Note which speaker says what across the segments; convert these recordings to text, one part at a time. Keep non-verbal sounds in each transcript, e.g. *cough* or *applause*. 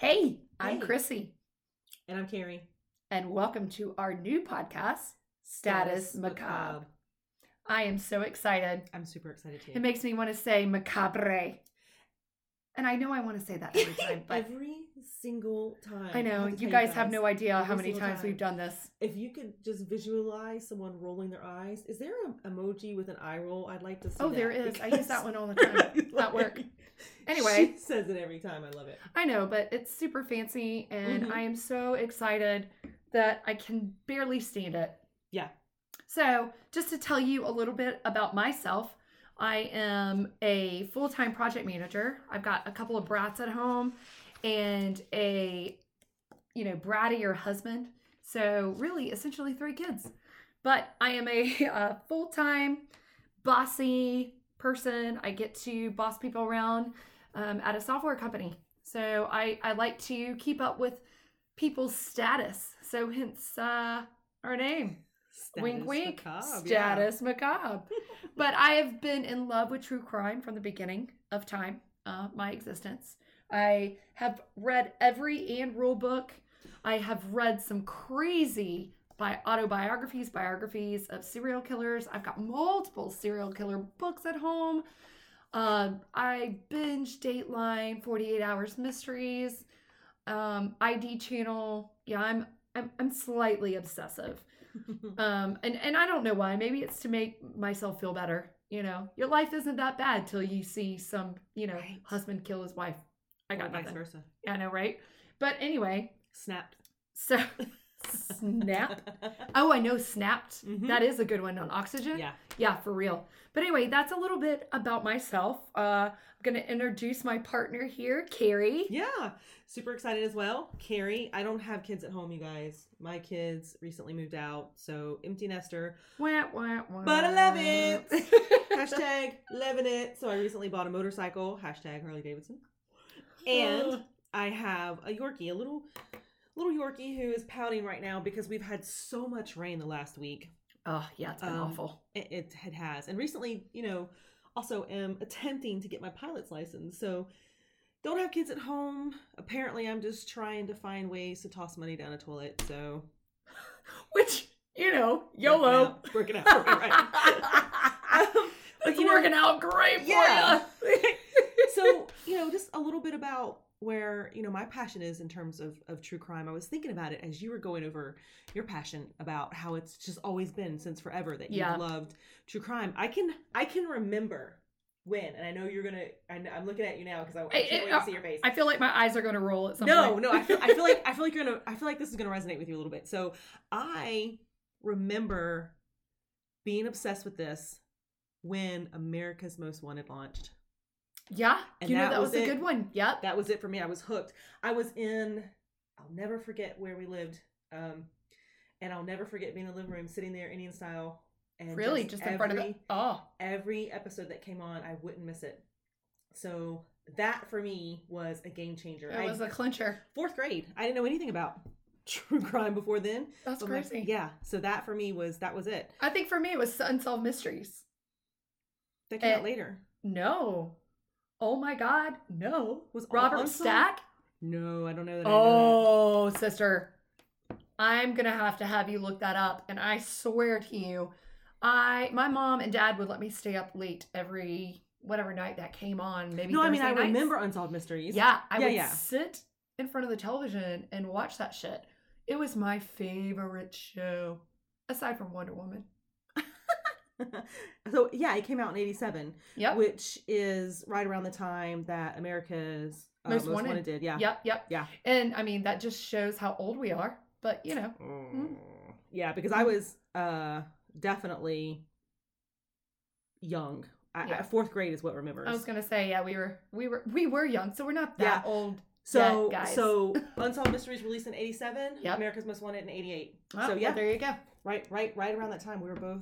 Speaker 1: Hey, I'm
Speaker 2: Hey.
Speaker 1: Chrissy,
Speaker 2: And I'm Carrie.
Speaker 1: and welcome to our new podcast, Status, Macabre. I am so excited.
Speaker 2: I'm super excited too.
Speaker 1: It makes me want to say macabre. And I know I want to say that every
Speaker 2: *laughs*
Speaker 1: time, but
Speaker 2: Every single time.
Speaker 1: I know
Speaker 2: have to
Speaker 1: you
Speaker 2: tell
Speaker 1: guys have no idea how
Speaker 2: every
Speaker 1: many
Speaker 2: single
Speaker 1: times
Speaker 2: time.
Speaker 1: we've done this.
Speaker 2: If you could just visualize someone rolling their eyes, is there an emoji with an eye roll? I'd like to see.
Speaker 1: Oh,
Speaker 2: that
Speaker 1: there is. I use that
Speaker 2: *laughs* because-
Speaker 1: one all the time. at work. Anyway.
Speaker 2: she says it every time. I love it.
Speaker 1: I know, but it's super fancy, and
Speaker 2: Mhm.
Speaker 1: I am so excited that I can barely stand it.
Speaker 2: Yeah.
Speaker 1: So, just to tell you a little bit about myself, I am a full time project manager. I've got a couple of brats at home and a, you know, brattier husband. So, really, essentially three kids. But I am a, *laughs* uh full time bossy person. I get to boss people around um, at a software company. So, I, I like to keep up with people's status. So, hence uh, our name wink
Speaker 2: Status
Speaker 1: wink
Speaker 2: macabre, yeah. *laughs*
Speaker 1: status macabre but i have been in love with true crime from the beginning of time uh, my existence i have read every and rule book i have read some crazy by autobiographies biographies of serial killers i've got multiple serial killer books at home um, i binge dateline 48 hours mysteries um, id channel yeah i'm i'm, I'm slightly obsessive um and and i don't know why maybe it's to make myself feel better you know your life isn't that bad till you see some you know
Speaker 2: Right.
Speaker 1: husband kill his wife i got
Speaker 2: Or vice
Speaker 1: nothing
Speaker 2: versa.
Speaker 1: yeah, i know right but anyway
Speaker 2: Snapped. *laughs*
Speaker 1: so *laughs* snap oh i know snapped
Speaker 2: Mhm.
Speaker 1: That is a good one on oxygen
Speaker 2: yeah.
Speaker 1: yeah for real but anyway that's a little bit about myself uh i'm gonna introduce my partner here carrie
Speaker 2: Yeah, super excited as well. Carrie, I don't have kids at home, you guys. My kids recently moved out, so empty nester.
Speaker 1: wah, wah, wah.
Speaker 2: But I love
Speaker 1: *laughs*
Speaker 2: it. Hashtag loving it. So I recently bought a motorcycle. Hashtag Harley Davidson. And I have a Yorkie, a little little Yorkie who is pouting right now because we've had so much rain the last week.
Speaker 1: oh yeah it's been
Speaker 2: Um,
Speaker 1: awful
Speaker 2: It, it had- has, and recently, you know, also am attempting to get my pilot's license. So don't have kids at home. Apparently, I'm just trying to find ways to toss money down a toilet. So
Speaker 1: which you know yolo
Speaker 2: working out, working out for me,
Speaker 1: *laughs*
Speaker 2: right? *laughs* Um, but,
Speaker 1: it's
Speaker 2: you know-
Speaker 1: working out great
Speaker 2: Yeah.
Speaker 1: for
Speaker 2: *laughs*
Speaker 1: you.
Speaker 2: so you know just a little bit about where you know my passion is in terms of of true crime i was thinking about it as you were going over your passion about how it's just always been since forever that you
Speaker 1: Yeah.
Speaker 2: have loved true crime i can i can remember when and i know you're gonna I know, i'm looking at you now because I, I
Speaker 1: Hey,
Speaker 2: can't
Speaker 1: hey,
Speaker 2: wait to see your face
Speaker 1: uh, I feel like my eyes are going to roll at some
Speaker 2: no
Speaker 1: point.
Speaker 2: no I feel, I feel like i feel like you're gonna i feel like this is gonna resonate with you a little bit so i remember being obsessed with this when america's most wanted launched
Speaker 1: *laughs* yeah,
Speaker 2: And
Speaker 1: you know
Speaker 2: that
Speaker 1: that was,
Speaker 2: was
Speaker 1: a
Speaker 2: it.
Speaker 1: good one. Yep.
Speaker 2: that was it for me. I was hooked. I was in. I'll never forget where we lived, um, and I'll never forget being in the living room, sitting there Indian style, and
Speaker 1: really, just, in front of the
Speaker 2: every-
Speaker 1: oh,
Speaker 2: every episode that came on. I wouldn't miss it. So that for me was a game changer.
Speaker 1: it was
Speaker 2: I,
Speaker 1: a clincher.
Speaker 2: fourth grade. I didn't know anything about *laughs* true crime before then.
Speaker 1: That's
Speaker 2: So I'm like,
Speaker 1: crazy.
Speaker 2: yeah. So that for me was that was it.
Speaker 1: I think for me it was unsolved mysteries.
Speaker 2: That came
Speaker 1: Eh.
Speaker 2: out later.
Speaker 1: No. Oh my God, no.
Speaker 2: Was all
Speaker 1: Robert
Speaker 2: Oh, unsolved?
Speaker 1: Stack?
Speaker 2: No, I don't know that. I know that.
Speaker 1: Oh, sister. I'm gonna have to have you look that up. And I swear to you, I my mom and dad would let me stay up late every whatever night that came on. Oh, Maybe
Speaker 2: No, I mean
Speaker 1: Thursday
Speaker 2: I
Speaker 1: nights.
Speaker 2: remember unsolved mysteries.
Speaker 1: Yeah, I
Speaker 2: Yeah,
Speaker 1: would
Speaker 2: yeah.
Speaker 1: sit in front of the television and watch that shit. It was my favorite show, aside from Wonder Woman.
Speaker 2: *laughs* so yeah, it came out in '87.
Speaker 1: Yep.
Speaker 2: which is right around the time that America's uh,
Speaker 1: Most
Speaker 2: Most,
Speaker 1: Wanted.
Speaker 2: Wanted. did. Yeah.
Speaker 1: Yep. Yep.
Speaker 2: Yeah.
Speaker 1: And I mean, that just shows how old we are. But you know, Mm-hmm.
Speaker 2: Yeah, because I was uh, definitely young. I,
Speaker 1: Yeah.
Speaker 2: I, fourth grade is what remembers.
Speaker 1: I was gonna say, yeah, we were, we were, we were young, so we're not that old.
Speaker 2: so
Speaker 1: yeah, guys.
Speaker 2: so
Speaker 1: *laughs*
Speaker 2: Unsolved Mysteries released in '87.
Speaker 1: Yep.
Speaker 2: America's Most Wanted in '88.
Speaker 1: Oh,
Speaker 2: so
Speaker 1: well,
Speaker 2: yeah,
Speaker 1: there you go.
Speaker 2: right, right, right around that time we were both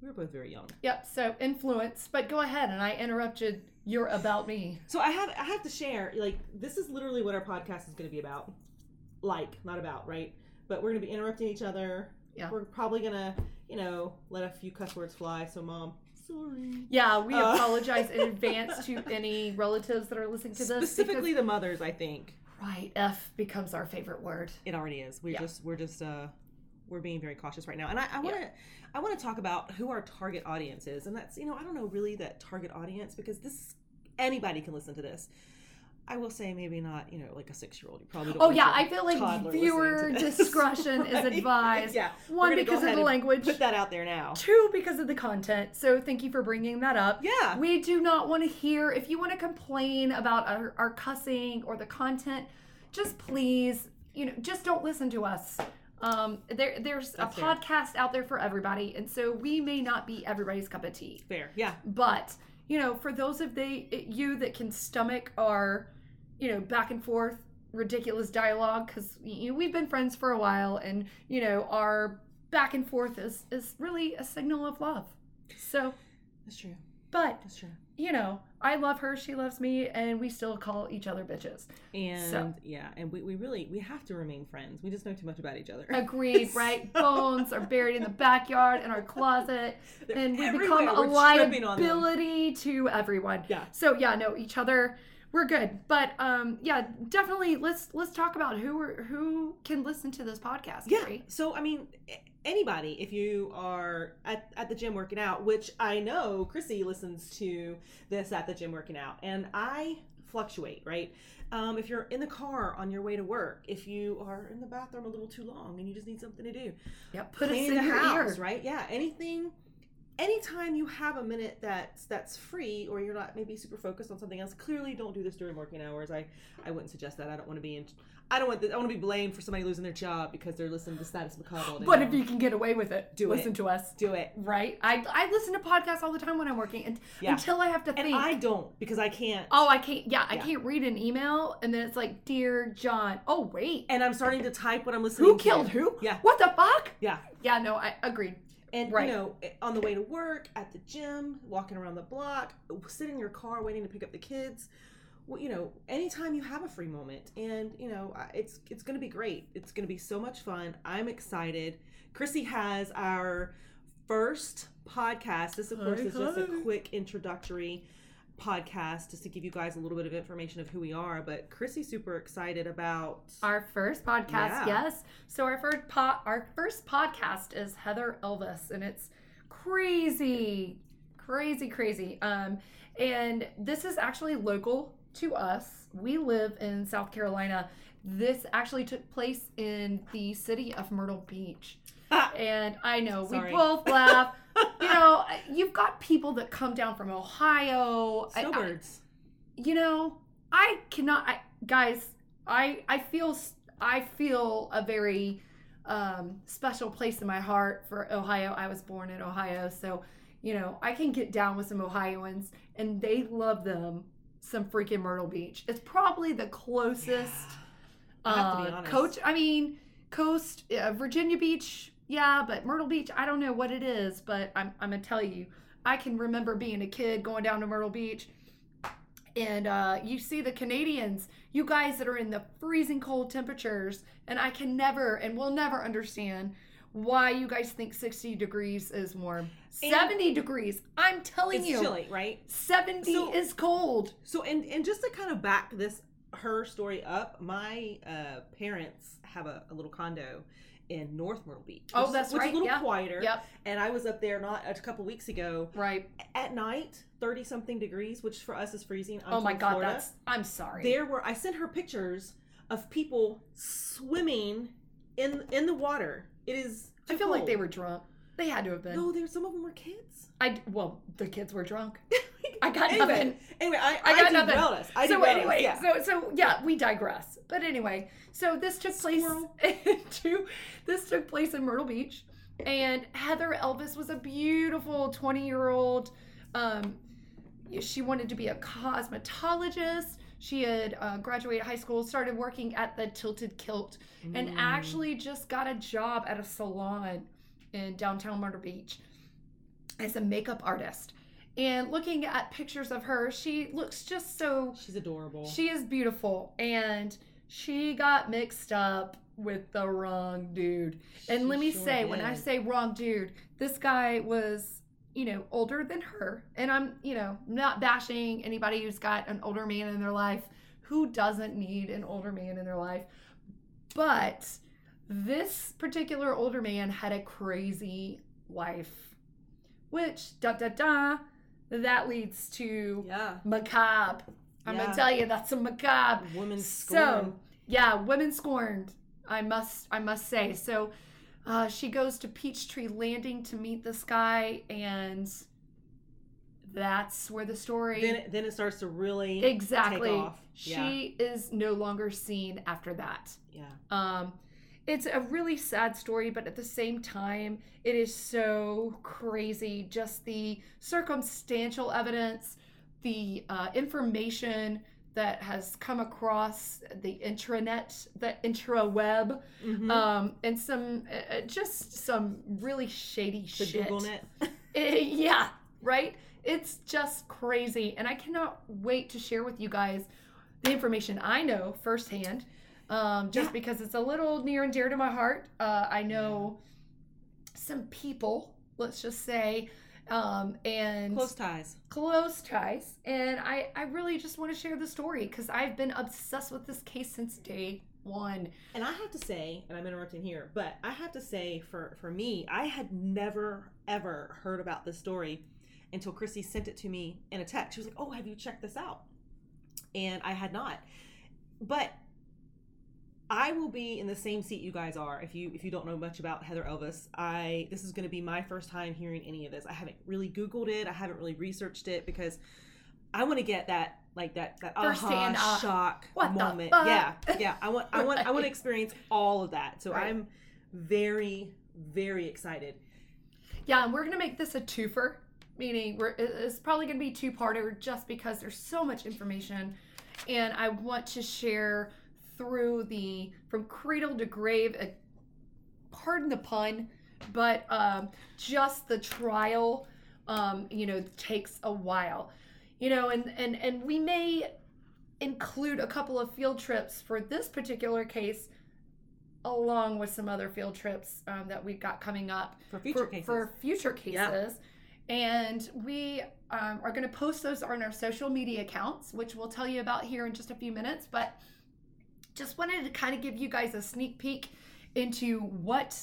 Speaker 2: We were both very young.
Speaker 1: Yep. So influence, but go ahead, and I interrupted your about me.
Speaker 2: So I have I have to share like this is literally what our podcast is going to be about. Like, not about, right? But we're going to be interrupting each other.
Speaker 1: Yeah.
Speaker 2: We're probably going to, you know, let a few cuss words fly. So mom, sorry.
Speaker 1: Yeah, we *laughs*
Speaker 2: Uh.
Speaker 1: apologize in advance to any relatives that are listening to this.
Speaker 2: Specifically the mothers, I think.
Speaker 1: because, right? F becomes our favorite word.
Speaker 2: It already is. We're
Speaker 1: Yeah.
Speaker 2: just we're just uh we're being very cautious right now. And I I want to I want to talk about who our target audience is. And that's, you know, I don't know really that target audience because this anybody can listen to this. I will say maybe not, you know, like a 6-year-old. You probably don't
Speaker 1: Oh
Speaker 2: want
Speaker 1: yeah,
Speaker 2: your
Speaker 1: I feel like
Speaker 2: toddler
Speaker 1: viewer
Speaker 2: listening to this.
Speaker 1: discretion is
Speaker 2: Right? *laughs*
Speaker 1: advised.
Speaker 2: Yeah.
Speaker 1: One
Speaker 2: We're gonna go
Speaker 1: because of
Speaker 2: ahead
Speaker 1: the
Speaker 2: and
Speaker 1: language.
Speaker 2: Put that out there now.
Speaker 1: Two because of the content. So thank you for bringing that up.
Speaker 2: Yeah.
Speaker 1: We do not want to hear. If you want to complain about our, our cussing or the content, just please, you know, just don't listen to us. Um, there, there's
Speaker 2: That's
Speaker 1: a
Speaker 2: fair.
Speaker 1: podcast out there for everybody, and so we may not be everybody's cup of tea.
Speaker 2: Fair. Yeah.
Speaker 1: But you know, for those of they you that can stomach our, you know, back and forth ridiculous dialogue, because you know, we've been friends for a while, and you know, our back and forth is is really a signal of love. So,
Speaker 2: That's true.
Speaker 1: but
Speaker 2: That's true.
Speaker 1: you know, I love her, she loves me, and we still call each other
Speaker 2: *laughs*
Speaker 1: bitches.
Speaker 2: And
Speaker 1: So-
Speaker 2: yeah, and we, we really we have to remain friends. We just know too much about each other.
Speaker 1: Agreed, right? Bones are buried in the backyard, in our
Speaker 2: *laughs*
Speaker 1: closet,
Speaker 2: They're
Speaker 1: and we
Speaker 2: everywhere.
Speaker 1: become a
Speaker 2: We're tripping on them.
Speaker 1: liability to everyone.
Speaker 2: Yeah.
Speaker 1: So yeah, no, each other, we're good. But um, yeah, definitely let's let's talk about who are, who can listen to this podcast.
Speaker 2: Yeah.
Speaker 1: Carrie.
Speaker 2: So I mean, a- anybody, if you are at, at the gym working out, which I know Chrissy listens to this at the gym working out, and I fluctuate, right? Um, if you're in the car on your way to work, if you are in the bathroom a little too long and you just need something to do,
Speaker 1: Yep. Put us
Speaker 2: cleaning
Speaker 1: in
Speaker 2: the
Speaker 1: your
Speaker 2: house,
Speaker 1: ear.
Speaker 2: right? Yeah, anything. Anytime you have a minute that's that's free, or you're not maybe super focused on something else, clearly don't do this during working hours. I I wouldn't suggest that. I don't want to be in. I don't want. The, I want to be blamed for somebody losing their job because they're listening to status macabre. all day
Speaker 1: But
Speaker 2: long.
Speaker 1: if you can get away with it,
Speaker 2: Do it.
Speaker 1: listen to us.
Speaker 2: do it,
Speaker 1: Right? I I listen to podcasts all the time when I'm working, and
Speaker 2: Yeah.
Speaker 1: until I have to
Speaker 2: and
Speaker 1: think.
Speaker 2: I don't because I can't.
Speaker 1: Oh, I can't. Yeah, I
Speaker 2: Yeah.
Speaker 1: can't read an email, and then it's like, "Dear John." Oh, wait.
Speaker 2: and I'm starting to type what I'm listening.
Speaker 1: Who
Speaker 2: to.
Speaker 1: killed who?
Speaker 2: Yeah.
Speaker 1: What the fuck?
Speaker 2: Yeah,
Speaker 1: Yeah. No, I agreed.
Speaker 2: and
Speaker 1: Right.
Speaker 2: you know, eh, on the way to work, at the gym, walking around the block, sitting in your car waiting to pick up the kids. Well, you know, anytime you have a free moment, and you know, I- it's it's going to be great. It's going to be so much fun. I'm excited. Chrissy has our first podcast. This, of course,
Speaker 1: Hi,
Speaker 2: is just a
Speaker 1: hi.
Speaker 2: quick introductory podcast just to give you guys a little bit of information of who we are. But Chrissy's super excited about
Speaker 1: Our first podcast,
Speaker 2: Yeah.
Speaker 1: yes. So our first po- our first podcast is Heather Elvis, and it's crazy, crazy, crazy. Um, and this is actually local to us. We live in South Carolina. This actually took place in the city of Myrtle
Speaker 2: *laughs*
Speaker 1: Beach. And I know
Speaker 2: Sorry.
Speaker 1: we both
Speaker 2: *laughs*
Speaker 1: laugh. you know, you've got people that come down from Ohio. I- I-
Speaker 2: snowbirds.
Speaker 1: you know, I cannot. I, guys, I I feel s- I feel a very um, special place in my heart for Ohio. I was born in Ohio, so you know I can get down with some Ohioans, and they love them. Some freaking Myrtle Beach. It's probably the closest.
Speaker 2: I have to be
Speaker 1: uh,
Speaker 2: honest.
Speaker 1: coach. I mean, coast uh, Virginia Beach. Yeah, but Myrtle Beach. I don't know what it is, but I'm I'm gonna tell you. I can remember being a kid going down to Myrtle Beach and uh, you see the Canadians, you guys that are in the freezing cold temperatures, and I can never and will never understand why you guys think 60 degrees is warm.
Speaker 2: And-
Speaker 1: 70 degrees, I'm telling
Speaker 2: It's
Speaker 1: you,
Speaker 2: chilly, right?
Speaker 1: 70
Speaker 2: So-
Speaker 1: is cold.
Speaker 2: So and and just to kind of back this her story up, my uh, parents have a, a little condo in North Myrtle Beach.
Speaker 1: Oh,
Speaker 2: which is-
Speaker 1: that's
Speaker 2: which
Speaker 1: right,
Speaker 2: Is a little
Speaker 1: yeah,
Speaker 2: quieter.
Speaker 1: Yep,
Speaker 2: And I was up there not a couple weeks ago
Speaker 1: right.
Speaker 2: at night, thirty something degrees, which for us is freezing. I'm
Speaker 1: oh my
Speaker 2: from
Speaker 1: god,
Speaker 2: Florida.
Speaker 1: that's I'm sorry.
Speaker 2: there were. I sent her pictures of people swimming in in the water. It is.
Speaker 1: I
Speaker 2: too
Speaker 1: feel like
Speaker 2: cold.
Speaker 1: they were drunk. They had to have been.
Speaker 2: No, there. Some of them were kids.
Speaker 1: I well, the kids were
Speaker 2: *laughs*
Speaker 1: drunk. I got
Speaker 2: Anyway,
Speaker 1: nothing.
Speaker 2: Anyway, I,
Speaker 1: I got nothing.
Speaker 2: derailed us. I
Speaker 1: so
Speaker 2: derailed us,
Speaker 1: anyway,
Speaker 2: yeah.
Speaker 1: so so yeah, we digress. But anyway, so this took place *laughs*
Speaker 2: Squirrel.
Speaker 1: to, this took place in Myrtle Beach, and Heather Elvis was a beautiful twenty year old. Um, she wanted to be a cosmetologist. She had uh, graduated high school, started working at the Tilted Kilt, and
Speaker 2: Mm.
Speaker 1: actually just got a job at a salon in downtown Myrtle Beach. is a makeup artist. And looking at pictures of her, she looks just so
Speaker 2: She's adorable.
Speaker 1: she is beautiful and she got mixed up with the wrong dude. And
Speaker 2: She
Speaker 1: let me
Speaker 2: sure
Speaker 1: say, when I
Speaker 2: did.
Speaker 1: say wrong dude, this guy was, you know, older than her. And I'm, you know, not bashing anybody who's got an older man in their life who doesn't need an older man in their life. But this particular older man had a crazy wife, which, da da da, that leads to
Speaker 2: yeah,
Speaker 1: macabre. I'm
Speaker 2: Yeah.
Speaker 1: gonna tell you that's a macabre.
Speaker 2: woman
Speaker 1: So
Speaker 2: scorn.
Speaker 1: yeah, women scorned. I must I must say. So uh, she goes to Peachtree Landing to meet this guy, and that's where the story
Speaker 2: then it, then it starts to really
Speaker 1: exactly.
Speaker 2: take off.
Speaker 1: She is no longer seen after that.
Speaker 2: yeah,
Speaker 1: Um, it's a really sad story, but at the same time, it is so crazy. Just the circumstantial evidence, the uh, information that has come across the intranet, the intraweb,
Speaker 2: yeah. Mhm.
Speaker 1: um, and some uh, uh, just some really shady
Speaker 2: the
Speaker 1: shit.
Speaker 2: Google net.
Speaker 1: Eh, yeah, right? It's just crazy. And I cannot wait to share with you guys the information I know firsthand, um, just
Speaker 2: Yeah.
Speaker 1: because it's a little near and dear to my heart. Uh, I know some people, let's just say, um, *laughs* and
Speaker 2: Close ties.
Speaker 1: close ties. And I, I really just want to share the story because I've been obsessed with this case since day one.
Speaker 2: And I have to say, and I'm interrupting here, but I have to say, for for me, I had never ever heard about this story until Chrissy sent it to me in a text. She was like, "Oh, have you checked this out?" And I had not. But I will be in the same seat you guys are. If you if you don't know much about Heather Elvis, I this is going to be my first time hearing any of this. I haven't really Googled it. I haven't really researched it because I want to get that like that that aha
Speaker 1: Firsthand, uh,
Speaker 2: shock
Speaker 1: what the
Speaker 2: moment.
Speaker 1: fuck?
Speaker 2: Yeah, yeah. I want I want I want
Speaker 1: Right.
Speaker 2: to experience all of that. So
Speaker 1: Right.
Speaker 2: I'm very very excited.
Speaker 1: Yeah, and we're gonna make this a twofer, meaning we're, it- it's probably gonna be two parter just because there's so much information, and I want to share through the from cradle to grave. uh, pardon the pun, but um, just the trial, um, you know, takes a while, you know, and and and we may include a couple of field trips for this particular case. Along with some other field trips um, that we've got coming up,
Speaker 2: For future
Speaker 1: for,
Speaker 2: cases.
Speaker 1: for future
Speaker 2: Yeah.
Speaker 1: cases. And we um, are going to post those on our social media accounts, which we'll tell you about here in just a few minutes. But just wanted to kind of give you guys a sneak peek into what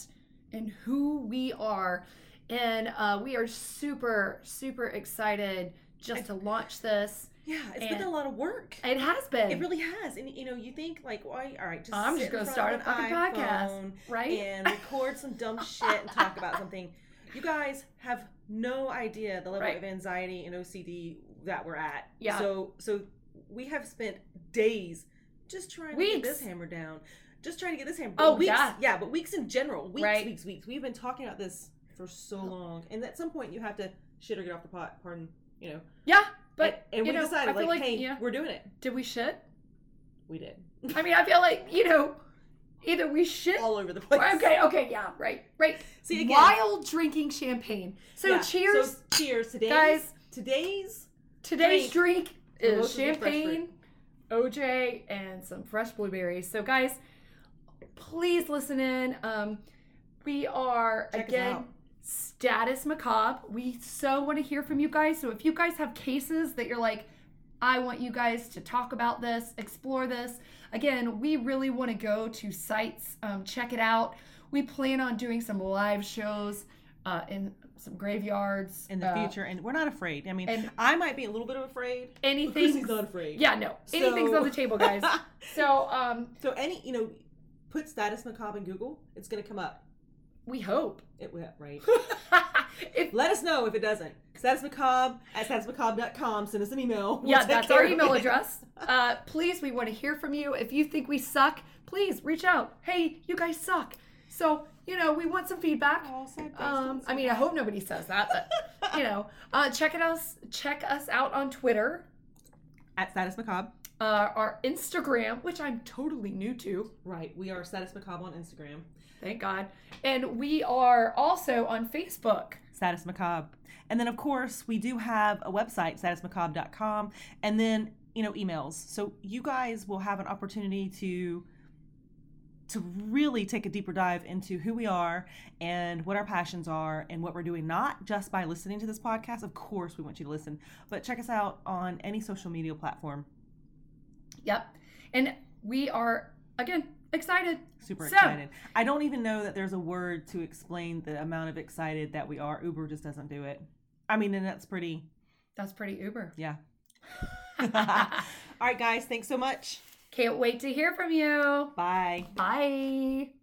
Speaker 1: and who we are. And uh, we are super, super excited just to launch this.
Speaker 2: yeah, it's
Speaker 1: and-
Speaker 2: been a lot of work.
Speaker 1: It has been,
Speaker 2: It really has, and you know, you think like, why? All right, just
Speaker 1: I'm
Speaker 2: sit
Speaker 1: just
Speaker 2: in
Speaker 1: gonna
Speaker 2: front
Speaker 1: start
Speaker 2: of
Speaker 1: a
Speaker 2: an
Speaker 1: fucking podcast.
Speaker 2: iPhone
Speaker 1: right?
Speaker 2: and record some dumb shit and talk about something. You guys have no idea the level
Speaker 1: Right.
Speaker 2: of anxiety and OCD that we're at.
Speaker 1: Yeah.
Speaker 2: So so we have spent days just trying to get
Speaker 1: Weeks.
Speaker 2: this hammer down. Just trying to get this hammer.
Speaker 1: Oh,
Speaker 2: weeks,
Speaker 1: yeah.
Speaker 2: but weeks in general, weeks,
Speaker 1: Right.
Speaker 2: weeks, weeks. We've been talking about this for so long, and at some point you have to shit or get off the pot. Pardon, you know.
Speaker 1: yeah, but
Speaker 2: and, and
Speaker 1: you
Speaker 2: we
Speaker 1: know, I
Speaker 2: decided
Speaker 1: feel
Speaker 2: like,
Speaker 1: like-
Speaker 2: hey,
Speaker 1: yeah.
Speaker 2: we're doing it.
Speaker 1: did we shit?
Speaker 2: We did
Speaker 1: I mean, I feel like, you know, either we shit
Speaker 2: all over the place.
Speaker 1: Okay, okay, yeah, right, right.
Speaker 2: See again.
Speaker 1: While drinking champagne. So
Speaker 2: Yeah,
Speaker 1: cheers,
Speaker 2: So cheers, today's,
Speaker 1: guys.
Speaker 2: Today's
Speaker 1: Today's drink, is
Speaker 2: Mostly fresh fruit.
Speaker 1: champagne, OJ, and some fresh blueberries. So guys, please listen in. Um, we are
Speaker 2: Check us
Speaker 1: again
Speaker 2: out.
Speaker 1: status macabre. We so want to hear from you guys. So if you guys have cases that you're like, I want you guys to talk about this, explore this. Again, we really want to go to sites, um, check it out. We plan on doing some live shows uh, in some graveyards
Speaker 2: in the
Speaker 1: uh,
Speaker 2: future, and we're not afraid. I mean,
Speaker 1: and-
Speaker 2: I might be a little bit of afraid. but
Speaker 1: Anything
Speaker 2: Chrissy's not afraid. *laughs*
Speaker 1: Yeah, no. Anything's
Speaker 2: So-
Speaker 1: on the table,
Speaker 2: *laughs*
Speaker 1: guys. so, um,
Speaker 2: so any, you know, put status macabre in Google, it's gonna come up.
Speaker 1: we
Speaker 2: *laughs*
Speaker 1: hope.
Speaker 2: It will, right?
Speaker 1: if
Speaker 2: Let us know if it doesn't. Status macabre at statusmacabre.com. Send us an email. We'll
Speaker 1: yeah,
Speaker 2: take
Speaker 1: that's
Speaker 2: care
Speaker 1: our
Speaker 2: of
Speaker 1: email
Speaker 2: it. *laughs*
Speaker 1: address. Uh, please, we want to hear from you. If you think we suck, please reach out. Hey, you guys suck. So you know, we want some feedback.
Speaker 2: Oh, sad face,
Speaker 1: Um,
Speaker 2: don't say
Speaker 1: I mean, I
Speaker 2: that.
Speaker 1: hope nobody says that,
Speaker 2: *laughs*
Speaker 1: but you know, uh, check it us check us out on Twitter
Speaker 2: at status macabre.
Speaker 1: uh, our Instagram, which I'm totally new to,
Speaker 2: Right. We are Status Macabre on Instagram.
Speaker 1: thank God. And we are also on Facebook.
Speaker 2: Status Macabre. And then, of course, we do have a website, statusmacabre.com, and then, you know, emails. So you guys will have an opportunity to to really take a deeper dive into who we are and what our passions are and what we're doing not just by listening to this podcast of course we want you to listen but check us out on any social media platform
Speaker 1: Yep. And we are, again, excited.
Speaker 2: super
Speaker 1: So-
Speaker 2: excited i don't even know that there's a word to explain the amount of excited that we are uber just doesn't do it i mean and that's pretty
Speaker 1: That's pretty uber.
Speaker 2: Yeah. *laughs* All right, guys. Thanks so much.
Speaker 1: Can't wait to hear from you.
Speaker 2: Bye.
Speaker 1: Bye.